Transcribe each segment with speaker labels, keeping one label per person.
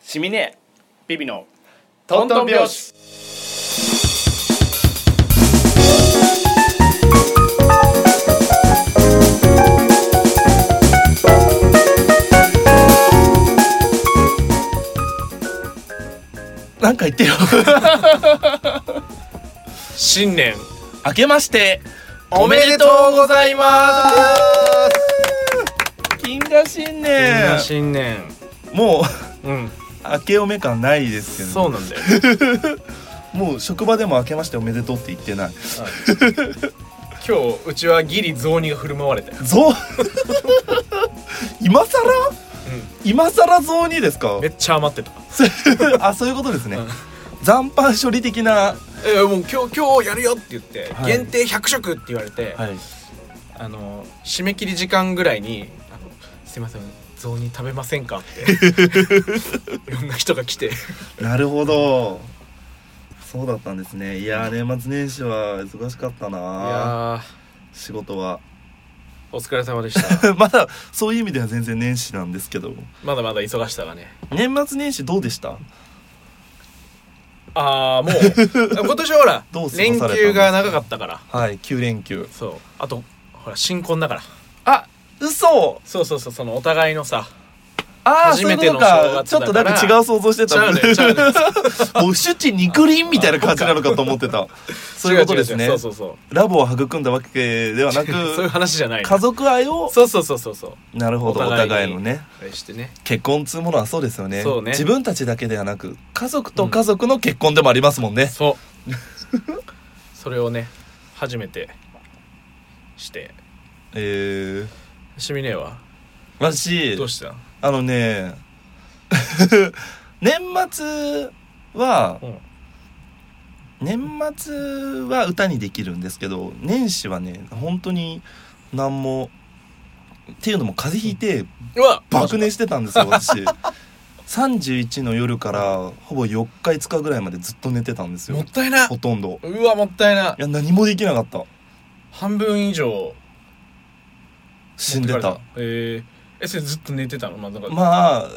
Speaker 1: シミネビビの
Speaker 2: トントン拍子
Speaker 1: なんか言ってよ
Speaker 2: 新年
Speaker 1: 明けまして
Speaker 2: おめでとうございます
Speaker 1: 金河新年
Speaker 2: 新年
Speaker 1: もう
Speaker 2: うん
Speaker 1: 明けおめ感ないですけど、
Speaker 2: そうなんだよ、
Speaker 1: もう職場でも明けましておめでとうって言ってない
Speaker 2: 今日うちはギリ雑煮が振る舞われたよ、
Speaker 1: ぞ 今更今更雑にですか
Speaker 2: めっちゃ余ってた
Speaker 1: あそういうことですね、
Speaker 2: うん
Speaker 1: 残飯処理的な、
Speaker 2: えもう今日今日やるよって言って、
Speaker 1: はい
Speaker 2: 限定100食って言われて、
Speaker 1: い、
Speaker 2: あの締め切り時間ぐらいにあの「すいません雑煮食べませんか?」って いろんな人が来て
Speaker 1: なるほどそうだったんですねいやー年末年始は忙しかった
Speaker 2: い
Speaker 1: な
Speaker 2: や
Speaker 1: 仕事は
Speaker 2: お疲れ様で した
Speaker 1: まだそういう意味では全然年始なんですけど
Speaker 2: まだまだ忙しさがね
Speaker 1: 年末年始どうでした
Speaker 2: ああも う今年はほら
Speaker 1: どう過ごされたんで
Speaker 2: 連
Speaker 1: すか
Speaker 2: 休が長かったから
Speaker 1: はい9連休
Speaker 2: そうあとほら新婚だから
Speaker 1: あ嘘
Speaker 2: そうそうそうそのお互いのさ
Speaker 1: ああ
Speaker 2: 初
Speaker 1: そうい
Speaker 2: め
Speaker 1: うこ
Speaker 2: て
Speaker 1: と
Speaker 2: の正
Speaker 1: か
Speaker 2: 月
Speaker 1: ちょっとな
Speaker 2: だ
Speaker 1: ん
Speaker 2: から
Speaker 1: か違う想像して
Speaker 2: ちゃ
Speaker 1: た
Speaker 2: うねちゃうね
Speaker 1: もう主治肉林みたいな感じなのかと思って たそういうことです
Speaker 2: 違
Speaker 1: ね
Speaker 2: 違違そうそうそう
Speaker 1: ラボを育んだわけではな
Speaker 2: そういう
Speaker 1: く
Speaker 2: 話じゃない
Speaker 1: 家族愛を
Speaker 2: そうそうそうそうそう
Speaker 1: なるほどお
Speaker 2: お
Speaker 1: 互
Speaker 2: 互いに
Speaker 1: いのね
Speaker 2: あれしてね
Speaker 1: 結婚っつうものはそうですよね
Speaker 2: そうね
Speaker 1: 自分たちだけではなく家族と家族の結婚でもありますもんね、
Speaker 2: そう それをね初めてして
Speaker 1: えー、
Speaker 2: シミネは
Speaker 1: 私
Speaker 2: どうした
Speaker 1: あのね 年末は
Speaker 2: うん
Speaker 1: 年末は歌にできるんですけど年始はね本当に何もっていうのも風邪ひいて
Speaker 2: うわ
Speaker 1: 爆寝してたんですよ私 31の夜からほぼ4日5日ぐらいまでずっと寝てたんです
Speaker 2: もっ
Speaker 1: よ
Speaker 2: たいな
Speaker 1: ほとんど
Speaker 2: うわもったいない
Speaker 1: や何もできなかった
Speaker 2: 半分以上
Speaker 1: 死んでた
Speaker 2: えー、えそれずっと寝てたのまあなんか、
Speaker 1: まあう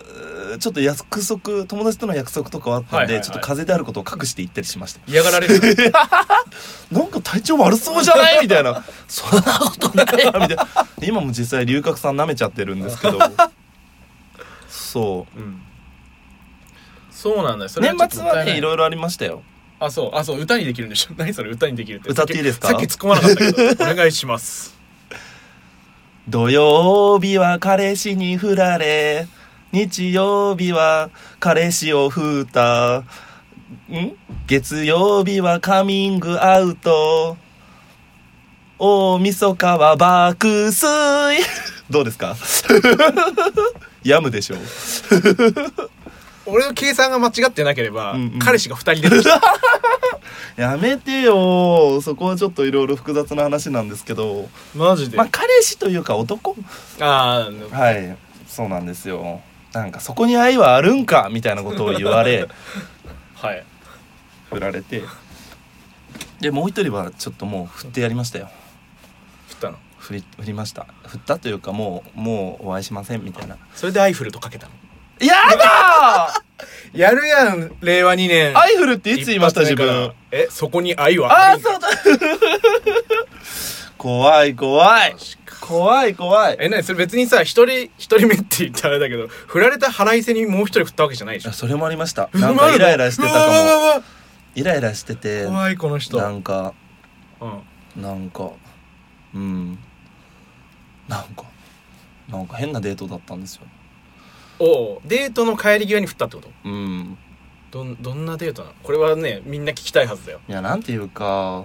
Speaker 1: ーちょっと約束友達との約束とかはあったんで、
Speaker 2: はいはいはい
Speaker 1: ちょっと風邪であることを隠して行ったりしました
Speaker 2: 嫌がられる
Speaker 1: なんか体調悪そうじゃないみたいな そんなことないみたいな 今も実際龍角散舐めちゃってるんですけどそう
Speaker 2: うんそうなんだよそれ
Speaker 1: 年末はねい
Speaker 2: い
Speaker 1: ろいろありましたよ
Speaker 2: あそうあそう歌にできるんでしょ 何それ歌にできるって
Speaker 1: 歌っていいですか
Speaker 2: さっき突っ込まなかったけどお願いします
Speaker 1: 土曜日は彼氏に振られ日曜日は彼氏を振ったん月曜日はカミングアウト大晦日は爆睡 どうですか やむでしょう
Speaker 2: 俺の計算が間違ってなければ、
Speaker 1: うんうん
Speaker 2: 彼氏が2人出て きた
Speaker 1: やめてよそこはちょっといろいろ複雑な話なんですけど
Speaker 2: マジで、
Speaker 1: まあ彼氏というか男
Speaker 2: あー
Speaker 1: はいそうなんですよなんかそこに愛はあるんかみたいなことを言わ れ
Speaker 2: はい
Speaker 1: 振られてでもう一人はちょっともう振ってやりましたよ
Speaker 2: 振ったの
Speaker 1: 振り振りました振ったというかもうもうお会いしませんみたいな
Speaker 2: それでアイフルとかけたの
Speaker 1: やだ
Speaker 2: やるやん令和2年
Speaker 1: ーアイフルっていつ言いました自
Speaker 2: 一発目
Speaker 1: 分
Speaker 2: からえそこに愛は
Speaker 1: ああ
Speaker 2: あるんか
Speaker 1: そうだ 怖い怖い怖い怖い
Speaker 2: えなにそれ別にさ一人一人目って言ったらあれだけど振られた腹いせにもう一人振ったわけじゃない でしょ
Speaker 1: あそれもありましたなんかイライラしてた
Speaker 2: うわうわう
Speaker 1: かも
Speaker 2: わうわ
Speaker 1: イライラしてて
Speaker 2: 怖いこの人、う、
Speaker 1: なんんかなんかうんなんかなんか変なデートだったんですよ
Speaker 2: おうデートの帰り際に振ったってこと
Speaker 1: うん
Speaker 2: どんどんなデートなのこれはねみんな聞きたいはずだよ
Speaker 1: いやなんていうか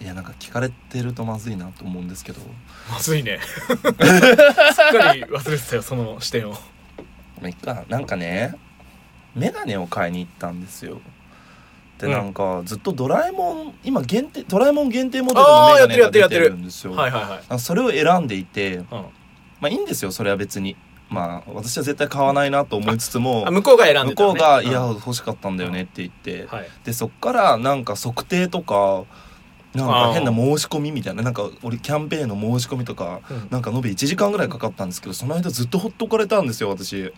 Speaker 1: いやなんか聞かれてるとまずいなと思うんですけど
Speaker 2: まずいね すっかり忘れてたよその視点を
Speaker 1: まあいっかなんかね眼鏡を買いに行ったんですよで、
Speaker 2: うん
Speaker 1: なんかずっとドラえもん今限定ドラえもん限定モデルの
Speaker 2: あー
Speaker 1: 眼鏡が出
Speaker 2: やっててる
Speaker 1: る
Speaker 2: やってるやってる
Speaker 1: んですよ
Speaker 2: はいはいはい、
Speaker 1: あそれを選んでいて
Speaker 2: う
Speaker 1: まあいいんですよそれは別にまあ私は絶対買わないなと思いつつも
Speaker 2: ん、あ向こうが選
Speaker 1: 向
Speaker 2: んでた、ね、
Speaker 1: こうが「いや
Speaker 2: は
Speaker 1: 欲しかったんだよね」って言って
Speaker 2: い、
Speaker 1: でそっからなんか測定とかなん
Speaker 2: あ
Speaker 1: か
Speaker 2: ー
Speaker 1: 変な申し込みみたいななんか俺キャンペーンの申し込みとか、
Speaker 2: うん
Speaker 1: なんか延べ1時間ぐらいかかったんですけどその間ずっとほっとかれたんですよ私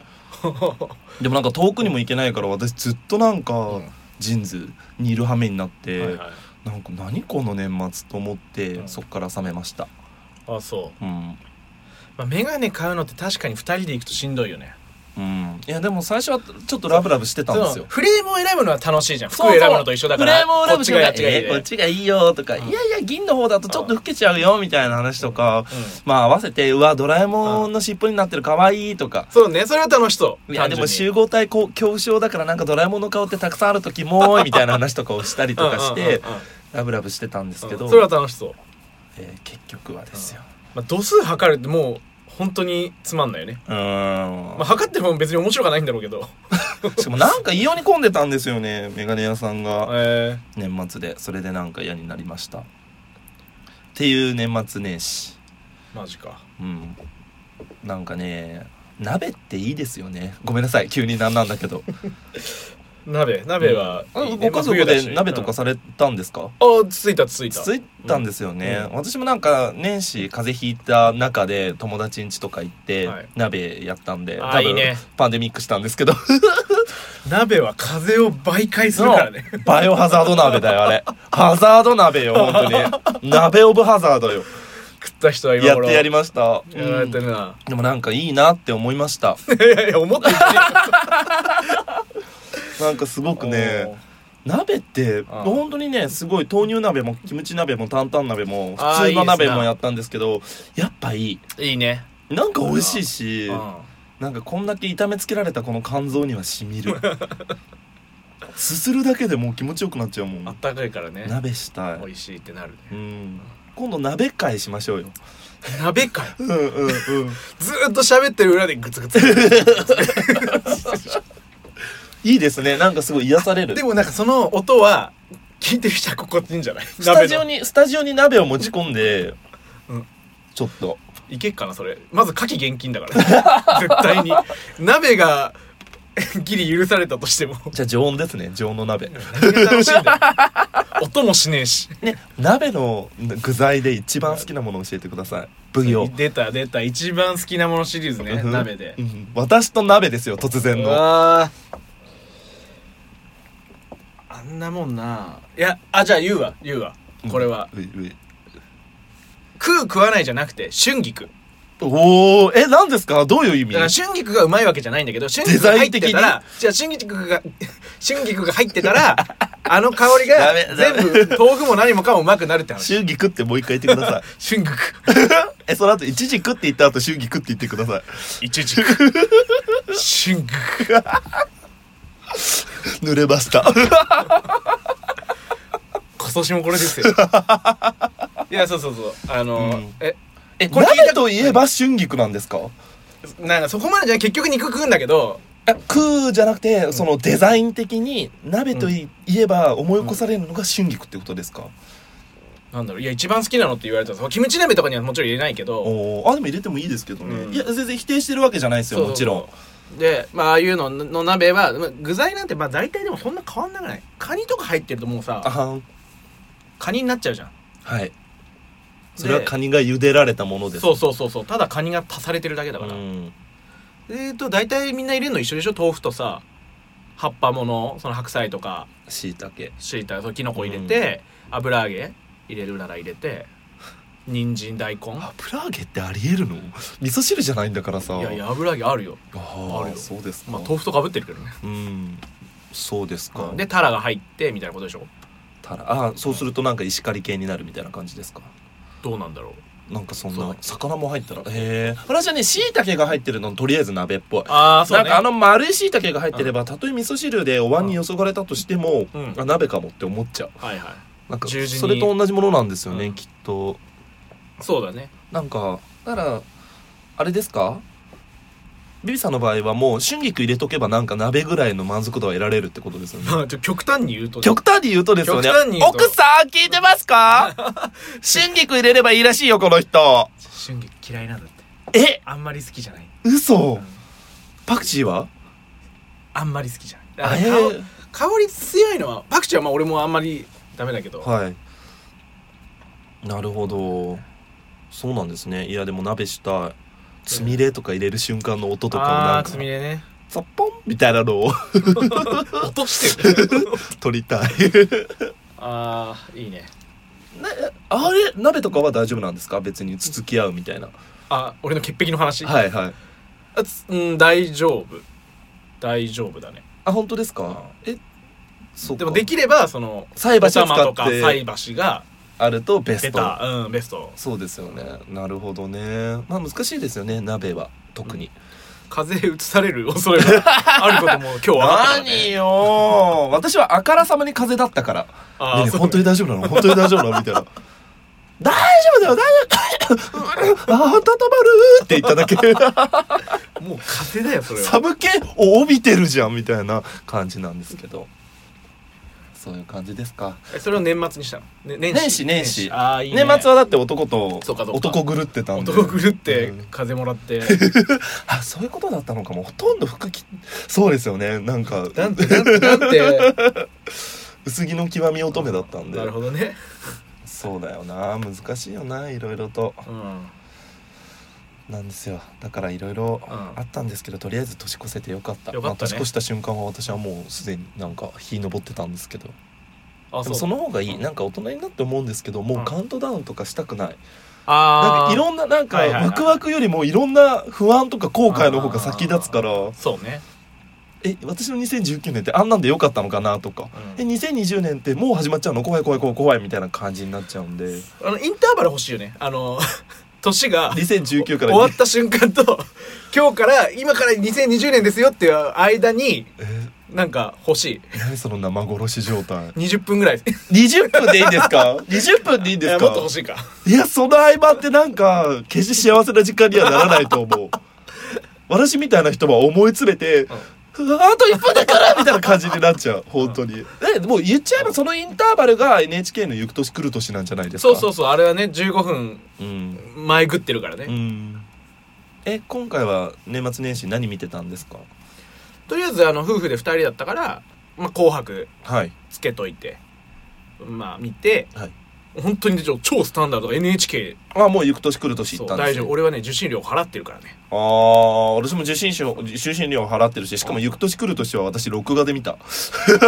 Speaker 1: でもなんか遠くにも行けないから私ずっとなんか、
Speaker 2: うん
Speaker 1: ジーンズにいる羽目になって、
Speaker 2: はいはい
Speaker 1: なんか何この年末と思って、
Speaker 2: うん
Speaker 1: そっから冷めました
Speaker 2: あそう
Speaker 1: うん、
Speaker 2: まあ、メガネ買うのって確かに2人で行くとしんどいよね
Speaker 1: うん、いやでも最初はちょっとラブラブしてたんですよ
Speaker 2: フレームを選ぶのは楽しいじゃん服を選ぶのと一緒だから
Speaker 1: フレームを選ぶ
Speaker 2: こっちが
Speaker 1: こ
Speaker 2: や
Speaker 1: っ
Speaker 2: っ
Speaker 1: ち
Speaker 2: ち
Speaker 1: が
Speaker 2: がい
Speaker 1: い
Speaker 2: い
Speaker 1: い
Speaker 2: で
Speaker 1: こっちがいいよとか、
Speaker 2: うん
Speaker 1: いやいや銀の方だとちょっと老けちゃうよみたいな話とか、
Speaker 2: うん
Speaker 1: まあ合わせてうわドラえもんの尻尾になってる可愛いとか、
Speaker 2: そうねそれは楽しそう
Speaker 1: いやでも
Speaker 2: 単純に
Speaker 1: 集合体こう恐怖症だからなんかドラえもんの顔ってたくさんある時もみたいな話とかをしたりとかして
Speaker 2: うんうんうんうん
Speaker 1: ラブラブしてたんですけど、
Speaker 2: それは楽しそう、
Speaker 1: えー結局はですよ
Speaker 2: まあ、度数測るってもう本当につまんないよね、
Speaker 1: うーん
Speaker 2: まあ、測っても別に面白くはないんだろうけど
Speaker 1: しかもなんか異様に混んでたんですよねメガネ屋さんが
Speaker 2: え
Speaker 1: 年末でそれでなんか嫌になりましたっていう年末年始
Speaker 2: ー、マジか
Speaker 1: うんなんかね鍋っていいですよねごめんなさい急になんなんだ けど
Speaker 2: 鍋鍋は
Speaker 1: あ
Speaker 2: いい
Speaker 1: ご家
Speaker 2: ねまあ冬
Speaker 1: 族
Speaker 2: だ
Speaker 1: で
Speaker 2: し
Speaker 1: 鍋とかされたんですか
Speaker 2: うんあついたついた
Speaker 1: ついたんですよね、
Speaker 2: う
Speaker 1: 私もなんか年始風邪ひいた中で友達ん家とか行って
Speaker 2: はい
Speaker 1: 鍋やったんで、
Speaker 2: あ
Speaker 1: 多分
Speaker 2: いいね
Speaker 1: パンデミックしたんですけど
Speaker 2: 鍋は風を媒介するからね
Speaker 1: バイオハザード鍋だよ あれハザード鍋よ本当に鍋オブハザードよ
Speaker 2: 食った人は今
Speaker 1: やっ
Speaker 2: 頃
Speaker 1: てやりました、
Speaker 2: やられて
Speaker 1: うん
Speaker 2: るな、
Speaker 1: でもなんかいいなって思いました
Speaker 2: いやいや思ったよ
Speaker 1: なんかすごく ね鍋って
Speaker 2: ああ
Speaker 1: 本当にねすごい豆乳鍋もキムチ鍋も担々鍋も
Speaker 2: ああ
Speaker 1: 普通の
Speaker 2: いい
Speaker 1: 鍋
Speaker 2: です
Speaker 1: も
Speaker 2: な
Speaker 1: やったんですけどやっぱいい
Speaker 2: いいね、
Speaker 1: なんか美味しいし
Speaker 2: うん
Speaker 1: なんかこんだけ炒めつけられたこの肝臓にはし みるすするだけでもう気持ちよくなっちゃうも
Speaker 2: あっ
Speaker 1: ん
Speaker 2: たかいからね
Speaker 1: 鍋したい
Speaker 2: 美味しいってなるね
Speaker 1: うん今度鍋会しましょうよ
Speaker 2: 鍋かよ
Speaker 1: うんうんう ん
Speaker 2: ずーっと喋ってる裏でグツグツ
Speaker 1: いいですねなんかすごい癒される
Speaker 2: でもなんかその音は聞いてる人は心地いいんじゃない
Speaker 1: スタジオ
Speaker 2: 鍋の
Speaker 1: にスタジオに鍋を持ち込んで、
Speaker 2: うん
Speaker 1: ちょっと
Speaker 2: いけっかなそれまず夏季厳禁だから 絶対に鍋がギリ許されたとしても
Speaker 1: じゃあ常温ですね常温の 鍋
Speaker 2: 何が楽しいんだよ音もしねえし
Speaker 1: ね鍋の具材で一番好きなものを教えてください奉行
Speaker 2: 出た出た一番好きなものシリーズね
Speaker 1: うん
Speaker 2: 鍋で
Speaker 1: うん私と鍋ですよ突然の
Speaker 2: ああんなもんないやあじゃあ言うわ言うわこれは、
Speaker 1: うんういういう
Speaker 2: 食う食わないじゃなくて春菊
Speaker 1: おおえ何ですかどういう意味
Speaker 2: だから春菊がうまいわけじゃないんだけど春菊が入ってたらじゃあ春菊が 春菊が入ってた らあの香り
Speaker 1: ダ
Speaker 2: が
Speaker 1: メダ
Speaker 2: 全
Speaker 1: メ
Speaker 2: 部豆腐も何もかもうまくなるっ て話
Speaker 1: 祝儀食ってもう一回言ってくだ さい
Speaker 2: 春菊
Speaker 1: えその後一時食って言った後祝儀食って言ってくださ
Speaker 2: いちじく春菊
Speaker 1: い濡れました
Speaker 2: 今年もこ れですよいやそうそうそうあの、
Speaker 1: うん
Speaker 2: え
Speaker 1: えこれ鍋といえば春菊なんですか
Speaker 2: なんかそこまでじゃない結局肉食うんだけど
Speaker 1: あ食うじゃなくてそのデザイン的に鍋とい言えば思い起こされるのが春菊ってことですか、
Speaker 2: なんだろういや一番好きなのって言われたらキムチ鍋とかにはもちろん入れないけど
Speaker 1: おーあでも入れてもいいですけどね、
Speaker 2: うん
Speaker 1: いや全然否定してるわけじゃないですよ
Speaker 2: そう
Speaker 1: もちろん
Speaker 2: でまあああいうのの鍋はまあ具材なんてまあ大体でもそんな変わんなくないカニとか入ってるともう
Speaker 1: あ
Speaker 2: さ
Speaker 1: はん
Speaker 2: カニになっちゃうじゃん
Speaker 1: はいそれは
Speaker 2: で
Speaker 1: カニが茹でられたものです
Speaker 2: そうそうそうそうただカニが足されてるだけだから、
Speaker 1: ん
Speaker 2: えーと大体みんな入れるの一緒でしょ豆腐とさ葉っぱものその白菜とか
Speaker 1: しいたけ
Speaker 2: 椎茸そのキノコ入れて、油揚げ入れるなら入れて人参大根
Speaker 1: 油揚げってありえるの 味噌汁じゃないんだからさ
Speaker 2: いやいや油揚げあるよ
Speaker 1: あ
Speaker 2: ある
Speaker 1: あ
Speaker 2: よ
Speaker 1: そうですか、
Speaker 2: まあ豆腐とかぶってるけどね
Speaker 1: うんそうですか
Speaker 2: でタラが入ってみたいなことでしょ
Speaker 1: たらあそうするとなんか石狩り系になるみたいな感じですか
Speaker 2: どうなんだろう
Speaker 1: なんかそん
Speaker 2: そう
Speaker 1: な魚も入ったらへえ私はねしいたけが入ってるのとりあえず鍋っぽい
Speaker 2: ああそう
Speaker 1: なん
Speaker 2: ね
Speaker 1: かあの丸いしいたけが入ってればたとえ味噌汁でお椀によそがれたとしても、
Speaker 2: うん
Speaker 1: あ鍋かもって思っちゃう
Speaker 2: はいはい
Speaker 1: なんか
Speaker 2: 十字に
Speaker 1: それと同じものなんですよね、
Speaker 2: うん
Speaker 1: きっと
Speaker 2: そうだね
Speaker 1: なんかだからあれですかビビさんの場合はもう春菊入れとけばなんか鍋ぐらいの満足度は得られるってことですよね
Speaker 2: まあちょ極端に言うと
Speaker 1: 極端に言うとですよね
Speaker 2: 極端に言うと
Speaker 1: 奥さん聞いてます か春菊入れればいいらしいよこの人
Speaker 2: 春菊嫌いなんだって
Speaker 1: え
Speaker 2: あんまり好きじゃない、う
Speaker 1: 嘘
Speaker 2: ん
Speaker 1: パクチーは
Speaker 2: あんまり好きじゃ
Speaker 1: あ
Speaker 2: ない
Speaker 1: え
Speaker 2: 香香り強いのはパクチーはまあ俺もあんまりダメだけど、
Speaker 1: はいなるほどそうなんですねいやでも鍋したいつみれとか入れる瞬間の音とかをな
Speaker 2: あ
Speaker 1: ん
Speaker 2: ー
Speaker 1: か
Speaker 2: つみれね
Speaker 1: ザッポンみたいなの を
Speaker 2: 落としてる
Speaker 1: 撮りたい
Speaker 2: ああいいね
Speaker 1: あれ鍋とかは大丈夫なんですか別につつき合うみたいな
Speaker 2: あ俺の潔癖の話い
Speaker 1: はいはい
Speaker 2: あつうん大丈夫大丈夫だね
Speaker 1: あ本当ですかえそうか
Speaker 2: でもできればその
Speaker 1: 菜箸を
Speaker 2: お玉
Speaker 1: 使
Speaker 2: と
Speaker 1: っ
Speaker 2: か
Speaker 1: て
Speaker 2: 菜箸が
Speaker 1: あるとベス
Speaker 2: ベ
Speaker 1: ト
Speaker 2: タうんベスト
Speaker 1: そうですよねなるほどねまあ難しいですよね鍋は特に、
Speaker 2: 風邪移される恐れがあることも今日はあったからね
Speaker 1: 何よー私はあからさまに風邪だったから
Speaker 2: あー
Speaker 1: ねえねえ
Speaker 2: そう
Speaker 1: 本当に大丈夫なの本当に大丈夫なのみたいな 大丈夫だよ大丈 夫あ温まるって言っただけ
Speaker 2: もう風邪だよそれは
Speaker 1: 寒気を帯びてるじゃんみたいな感じなんですけどそういう感じですか
Speaker 2: えそれを年末にしたの、ね、年
Speaker 1: 年始年始
Speaker 2: ああいい、ね、
Speaker 1: 年末はだって男と
Speaker 2: そうかそうか
Speaker 1: 男狂ってたんで
Speaker 2: 男狂って
Speaker 1: うん
Speaker 2: 風邪もらって
Speaker 1: あそういうことだったのかもほとんど服着そうですよね なんか
Speaker 2: なんてなんてなんて
Speaker 1: 薄着の極み乙女だったんで
Speaker 2: なるほどね
Speaker 1: そうだよな難しいよないろいろと
Speaker 2: うん
Speaker 1: なんですよだからいろいろ
Speaker 2: うん
Speaker 1: あったんですけど、とりあえず年越せてよかった
Speaker 2: よかったね
Speaker 1: まあ、年越した瞬間は私はもうすでになんか日昇ってたんですけど
Speaker 2: あ
Speaker 1: でもその方がいい、
Speaker 2: うん
Speaker 1: なんか大人になって思うんですけどもううんカウントダウンとかしたくない、なん
Speaker 2: あ
Speaker 1: か
Speaker 2: あ
Speaker 1: いろんななんか
Speaker 2: はいはいはい
Speaker 1: ワクワクよりもいろんな不安とか後悔の方が先立つから
Speaker 2: そうね、
Speaker 1: え私の2019年ってあんなんでよかったのかなとかえ
Speaker 2: うん
Speaker 1: 2020年ってもう始まっちゃうの怖い怖い怖い怖いみたいな感じになっちゃうんで
Speaker 2: あのインターバル欲しいよねあの 年が
Speaker 1: 2019か
Speaker 2: 終
Speaker 1: ら
Speaker 2: わった瞬間と今日から今から2020年ですよっていう間に
Speaker 1: え
Speaker 2: なんか欲し
Speaker 1: 何その生殺し状態
Speaker 2: い20分ぐらいで
Speaker 1: 20分でいいんですか20分でいいんです
Speaker 2: や
Speaker 1: か
Speaker 2: もっと欲しいか
Speaker 1: いやその合間ってなんか決して幸せな時間にはならないと思 う私みたいな人は思い詰めて、うわあと1分だからみたいな感じになっちゃう本当に、えもう言っちゃえばそのインターバルが NHK の「ゆく年来る年」なんじゃないです
Speaker 2: そ
Speaker 1: か
Speaker 2: うそうそうあれはね15分
Speaker 1: ううん
Speaker 2: 前食ってるからね、
Speaker 1: うんえ今回は年末年始何見てたんですか
Speaker 2: とりあえずあの夫婦で2人だったから「まあ、紅白
Speaker 1: はい」
Speaker 2: つけといてまあ見て、
Speaker 1: はい
Speaker 2: 本当にねちょ超スタンダードが NHK
Speaker 1: あもう行く年来る年行
Speaker 2: そ
Speaker 1: っ
Speaker 2: う
Speaker 1: たんです
Speaker 2: 大丈
Speaker 1: よ
Speaker 2: 夫俺はね受信料払ってるから ね
Speaker 1: ああ私も受信料受信料払ってるししかも行く年来る年は私録画で見た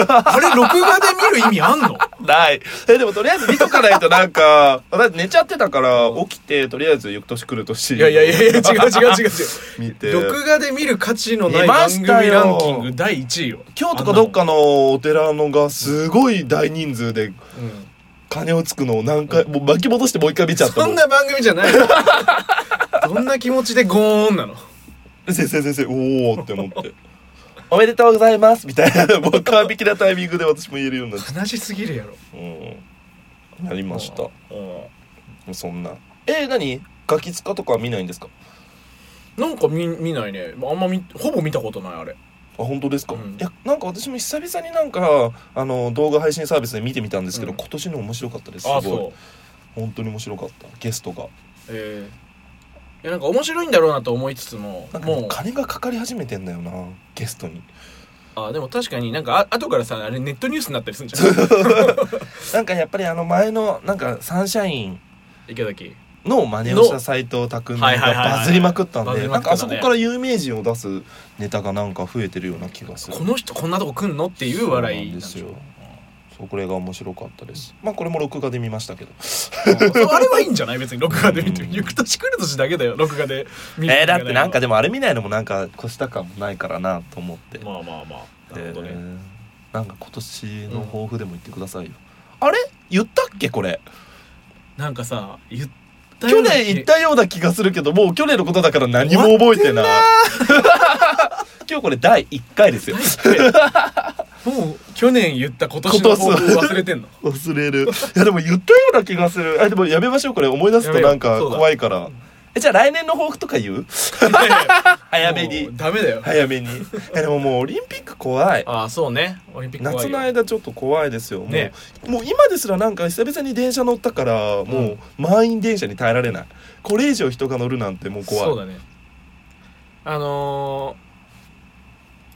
Speaker 2: あれ録画で見る意味あんの
Speaker 1: ないえでもとりあえず見とかないとなんか 私寝ちゃってたから
Speaker 2: うん
Speaker 1: 起きてとりあえず行く年来る年
Speaker 2: いやいやいやいや違う違う違う違う
Speaker 1: 見て
Speaker 2: 録画で見る価値のない
Speaker 1: 見ま
Speaker 2: 番
Speaker 1: し
Speaker 2: 組
Speaker 1: たよ
Speaker 2: ランキング第1位よ
Speaker 1: 今日とかどっかのお寺のがすごい大人数で
Speaker 2: あんなのうん
Speaker 1: 金をつくのを何回もう巻き戻してもう一回見ちゃった
Speaker 2: そ
Speaker 1: も
Speaker 2: ん
Speaker 1: ん
Speaker 2: な番組じゃない よどんな気持ちでゴーンなの
Speaker 1: 先生先生おおって思って「おめでとうございます」みたいなも う完璧なタイミングで私も言えるようになっ
Speaker 2: 悲しすぎるやろ
Speaker 1: て、うん、なりました
Speaker 2: うん
Speaker 1: そんなえー、何ガキ使とかは見ないんですか
Speaker 2: なんか見見ないねあんま見ほぼ見たことないあれ
Speaker 1: あ本当ですか、
Speaker 2: うん
Speaker 1: いやなんか私も久々になんかあの動画配信サービスで見てみたんですけど、
Speaker 2: うん
Speaker 1: 今年の面白かったですすご
Speaker 2: あ
Speaker 1: い
Speaker 2: そう
Speaker 1: 本当に面白かったゲストが
Speaker 2: ええいやなんか面白いんだろうなと思いつつも
Speaker 1: なんかも
Speaker 2: も
Speaker 1: う
Speaker 2: う
Speaker 1: 金がかかり始めてんだよなゲストに
Speaker 2: あでも確かになんかあ後からさあれネットニュースになったりするんじゃない
Speaker 1: なんかやっぱりあの前のなんかサンシャイン
Speaker 2: 池崎
Speaker 1: の真似をした斎藤匠が
Speaker 2: はいはいはいはい
Speaker 1: バズりまくったん
Speaker 2: バズ
Speaker 1: で
Speaker 2: り
Speaker 1: な
Speaker 2: ま
Speaker 1: ん
Speaker 2: くっ
Speaker 1: かあ
Speaker 2: て
Speaker 1: そ
Speaker 2: たね
Speaker 1: こから有名人を出すネタがなんか増えてるような気がする
Speaker 2: この人こんなとこ来んのっていう笑いなんでしょ
Speaker 1: そうなんそうこれが面白かったですまあこれも録画で見ましたけど
Speaker 2: うんああれはいいんじゃない別に録画で見て
Speaker 1: うん
Speaker 2: 行く年来る年だけだよ録画で見る
Speaker 1: えー、だってなんか
Speaker 2: で
Speaker 1: でもあれ見ないのもなんか越した感もないからなと思って、
Speaker 2: まあまあまあなるほど
Speaker 1: え
Speaker 2: ね
Speaker 1: ーなんか今年の抱負でも言ってくださいよ、あれ言ったっけこれ
Speaker 2: なんかさ言ったよ
Speaker 1: 去
Speaker 2: うな気
Speaker 1: 年言ったような気がするけどもう去年のことだから何も覚えてない 今日これ第1回ですよ
Speaker 2: もう去年言った今年の抱負忘れてんの
Speaker 1: 忘れるいやでも言ったような気がするあでもやめましょうこれ思い出すとなん
Speaker 2: や
Speaker 1: か
Speaker 2: めようそうだ
Speaker 1: 怖いからえじゃあ来年の抱負とか言う 早め
Speaker 2: も
Speaker 1: に
Speaker 2: うダメだよ
Speaker 1: 早めにいやでももうオリンピック怖い
Speaker 2: ああそうねオリンピック怖
Speaker 1: 夏
Speaker 2: いよ
Speaker 1: の間ちょっと怖いですよもう,、
Speaker 2: ね
Speaker 1: もう今ですらなんか久々に電車乗ったからもう満員電車に耐えられないこれ以上人が乗るなんてもう怖い
Speaker 2: そうだねあのー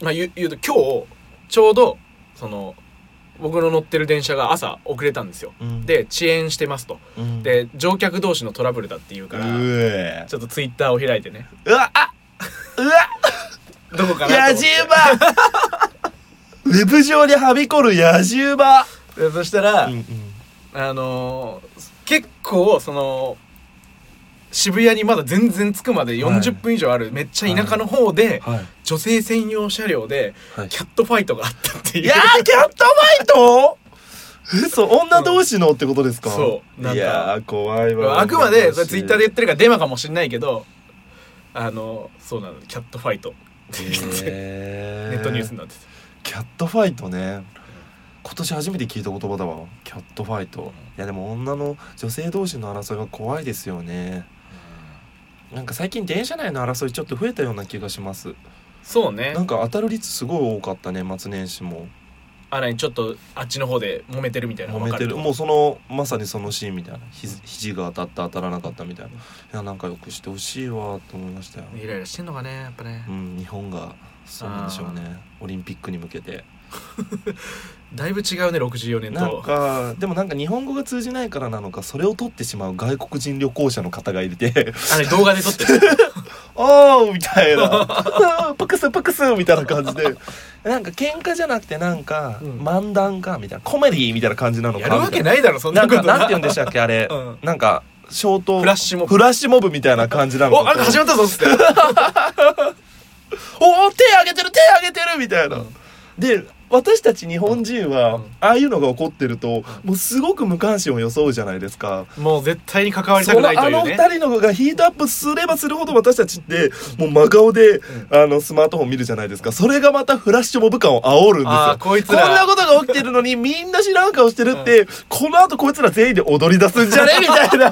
Speaker 2: まあ言う言うと今日ちょうどその僕の乗ってる電車が朝遅れたんですよ、
Speaker 1: うん
Speaker 2: で遅延してますと、
Speaker 1: うん
Speaker 2: で乗客同士のトラブルだっていう
Speaker 1: う
Speaker 2: から、
Speaker 1: え
Speaker 2: ちょっとツイッターを開いてね
Speaker 1: うわあうわ
Speaker 2: どこかなと思
Speaker 1: 野獣
Speaker 2: って
Speaker 1: 馬 ウェブ上にはびこる野獣馬
Speaker 2: でそしたら、
Speaker 1: うん
Speaker 2: あのー結構その渋谷にまだ全然着くまで40分以上ある、めっちゃ田舎の方で、
Speaker 1: はい
Speaker 2: 女性専用車両で
Speaker 1: はい
Speaker 2: キャットファイトがあったっていう
Speaker 1: いやーキャットファイト嘘女同士のってことですか、
Speaker 2: うんそうなんか
Speaker 1: いやー怖いわ
Speaker 2: あくまでそれツイッターで言ってるからデマかもしんないけどあのそうなのキャットファイト
Speaker 1: へー
Speaker 2: ネットニュースになってて
Speaker 1: キャットファイトね今年初めて聞いた言葉だわキャットファイトいやでも女の女性同士の争いが怖いですよねなんか最近電車内の争いちょっと増えたような気がします
Speaker 2: そうね
Speaker 1: なんか当たる率すごい多かったね年末年始も
Speaker 2: あらにちょっとあっちの方で揉めてるみたいなの
Speaker 1: 揉
Speaker 2: が
Speaker 1: め
Speaker 2: 分か
Speaker 1: て
Speaker 2: る
Speaker 1: るもうそのまさにそのシーンみたいなひ肘が当たった当たらなかったみたいないやなんかよくしてほしいわと思いましたよ、
Speaker 2: イライラしてんのかねやっぱね
Speaker 1: うん、日本がそうなんでしょうねオリンピックに向けて
Speaker 2: だいぶ違うね64年
Speaker 1: なん
Speaker 2: と
Speaker 1: かでもなんか日本語が通じないからなのかそれを取ってしまう外国人旅行者の方がいて
Speaker 2: あれ動画で撮ってる
Speaker 1: おーみたい なパクスパクスみたいな感じでなんか喧嘩じゃなくてなんか
Speaker 2: うん
Speaker 1: 漫談かみたいなコメディみたいな感じなのか
Speaker 2: やるわけ
Speaker 1: み
Speaker 2: ないだろそ
Speaker 1: た
Speaker 2: ん
Speaker 1: いなな
Speaker 2: なんこ
Speaker 1: か
Speaker 2: と
Speaker 1: なんて言うんでしたっけあれ、
Speaker 2: うん
Speaker 1: なんかショート
Speaker 2: フラッシュモブ
Speaker 1: フラッシュモブみたいな感じなの
Speaker 2: おなんか始まったぞっつって
Speaker 1: おお手上げてる手上げてるみたいな、
Speaker 2: うん
Speaker 1: で私たち日本人は、
Speaker 2: うん
Speaker 1: ああいうのが起こってると、もうすごく無関心を装うじゃないですか、
Speaker 2: もう絶対に関わりた
Speaker 1: そ
Speaker 2: く
Speaker 1: の
Speaker 2: ないと
Speaker 1: あ
Speaker 2: いう
Speaker 1: の
Speaker 2: ね
Speaker 1: 二人のがヒートアップすればするほど私たちってもう真顔で、あのスマートフォン見るじゃないですかそれがまたフラッシュモブ感を煽るんです
Speaker 2: あ
Speaker 1: よ
Speaker 2: ーこいつ
Speaker 1: こんな
Speaker 2: ら
Speaker 1: ことが起きてるのにみんな知らん顔してるって、この後こいつら全員で踊り出すんじゃねみたいな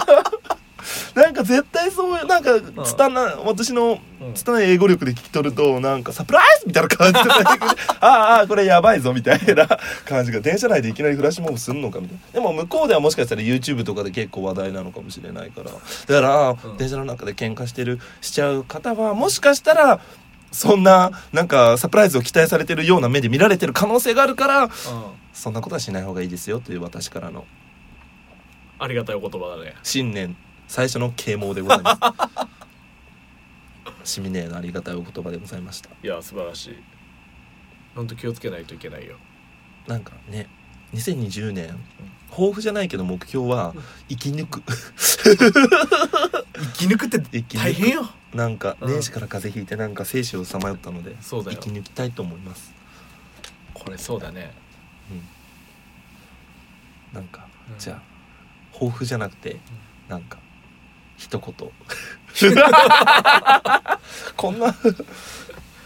Speaker 1: なんか絶対そういうなんかつたな、私の
Speaker 2: うん
Speaker 1: つたない英語力で聞き取るとなんかサプライズみたいな感じで あーあーこれやばいぞみたいな 感じが電車内でいきなりフラッシュモブすんのかみたいなでも向こうではもしかしたら YouTube とかで結構話題なのかもしれないからだから、
Speaker 2: ん
Speaker 1: 電車の中で喧嘩してるしちゃう方はもしかしたらそんななんかサプライズを期待されてるような目で見られてる可能性があるから
Speaker 2: うん
Speaker 1: そんなことはしない方がいいですよという私からの
Speaker 2: ありがたいお言葉だね
Speaker 1: 新年最初の啓蒙でございます。 シミネーのありがたいお言葉でございました。
Speaker 2: いや素晴らしい本当気をつけないといけないよ
Speaker 1: なんかね、2020年抱負じゃないけど目標は生き抜く。
Speaker 2: 生き抜くって
Speaker 1: 生き抜く
Speaker 2: 大変よ
Speaker 1: なんか
Speaker 2: うん
Speaker 1: 年始から風邪ひいてなんか生死をさまよったので、
Speaker 2: そうだ
Speaker 1: 生
Speaker 2: よ
Speaker 1: き抜きたいと思います。
Speaker 2: これそうだね
Speaker 1: なんか、
Speaker 2: うん
Speaker 1: じゃあ抱負じゃなくてなんか一言 こんな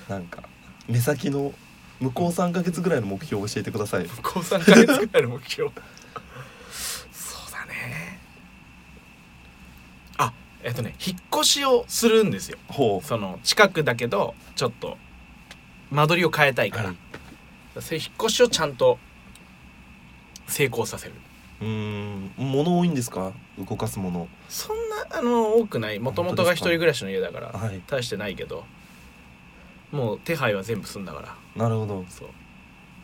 Speaker 1: なんか目先の向こう3ヶ月ぐらいの目標を教えてください
Speaker 2: 向こう3ヶ月ぐらいの目標そうだねあえっとね引っ越しをするんですよ
Speaker 1: ほ
Speaker 2: その近くだけどちょっと間取りを変えたいから、
Speaker 1: はい
Speaker 2: それ引っ越しをちゃんと成功させる
Speaker 1: ううーん物多いんですか動かすもの
Speaker 2: そんなあの多くないもともとが一人暮らしの家だから
Speaker 1: はい
Speaker 2: 大してないけどもう手配は全部済んだから
Speaker 1: なるほど
Speaker 2: そう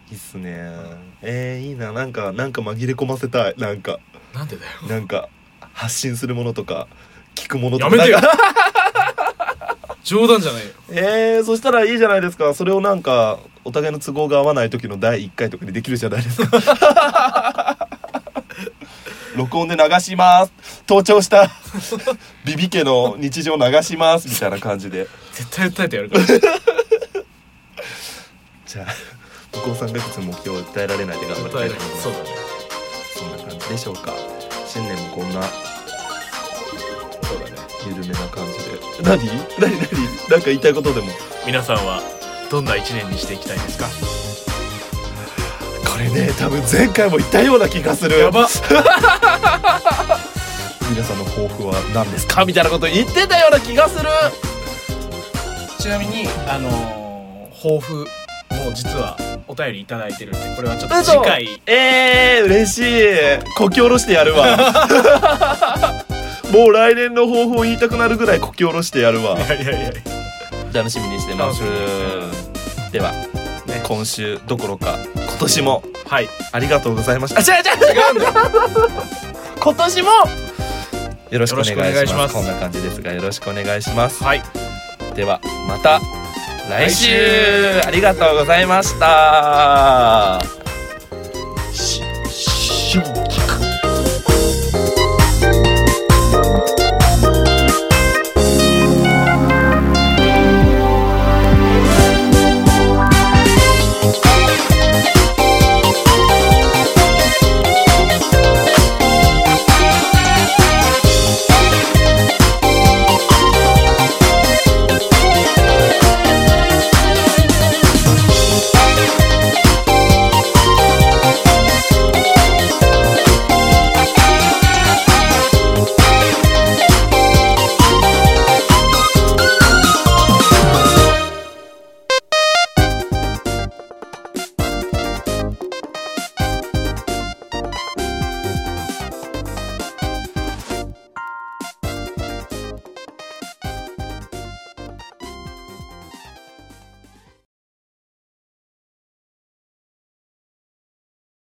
Speaker 1: いいっすねえー、いいななんかなんか紛れ込ませたいなんか
Speaker 2: なんでだよ
Speaker 1: なんか発信するものとか聞くものと
Speaker 2: や
Speaker 1: か
Speaker 2: めてよ
Speaker 1: なんか
Speaker 2: 冗談じゃないよ
Speaker 1: えー、そしたらいいじゃないですかそれをなんかお互いの都合が合わない時の第1回とかにできるじゃないですか 録音で流します盗聴したビビ家の日常流しますみたいな感じで
Speaker 2: 絶対訴えてやるから
Speaker 1: じゃあ向こう3ヶ月の目標を訴えられないで頑張り
Speaker 2: 訴
Speaker 1: た
Speaker 2: え
Speaker 1: い
Speaker 2: な
Speaker 1: と
Speaker 2: い
Speaker 1: 思います
Speaker 2: そうだね
Speaker 1: そんな感じでしょうか新年もこんな
Speaker 2: そうだね
Speaker 1: 緩めな感じで何何何なんか言いたいことでも
Speaker 2: 皆さんはどんな一年にしていきたいですか
Speaker 1: これね多分前回も言ったような気がする
Speaker 2: やば
Speaker 1: 皆さんの抱負は何ですかみたいなこと言ってたような気がする
Speaker 2: ちなみにあのー、抱負もう実はお便りいただいてるんでこれはちょっと次 回
Speaker 1: えー、嬉しいこき下ろしてやる わもう来年の抱負を言いたくなるぐらいこき下ろしてやるわ
Speaker 2: いやいやいや
Speaker 1: 楽しみにしてます
Speaker 2: 楽しみにして
Speaker 1: では、
Speaker 2: ね
Speaker 1: 今週どころか今今年も
Speaker 2: はい
Speaker 1: ありがとうございましたあ違う違う違う
Speaker 2: 違うんだ
Speaker 1: 今年もよろしくお願いします
Speaker 2: よろしくお願いします
Speaker 1: こんな感じですがよろしくお願いします
Speaker 2: はい
Speaker 1: ではまた来週
Speaker 2: 来週
Speaker 1: ありがとうございました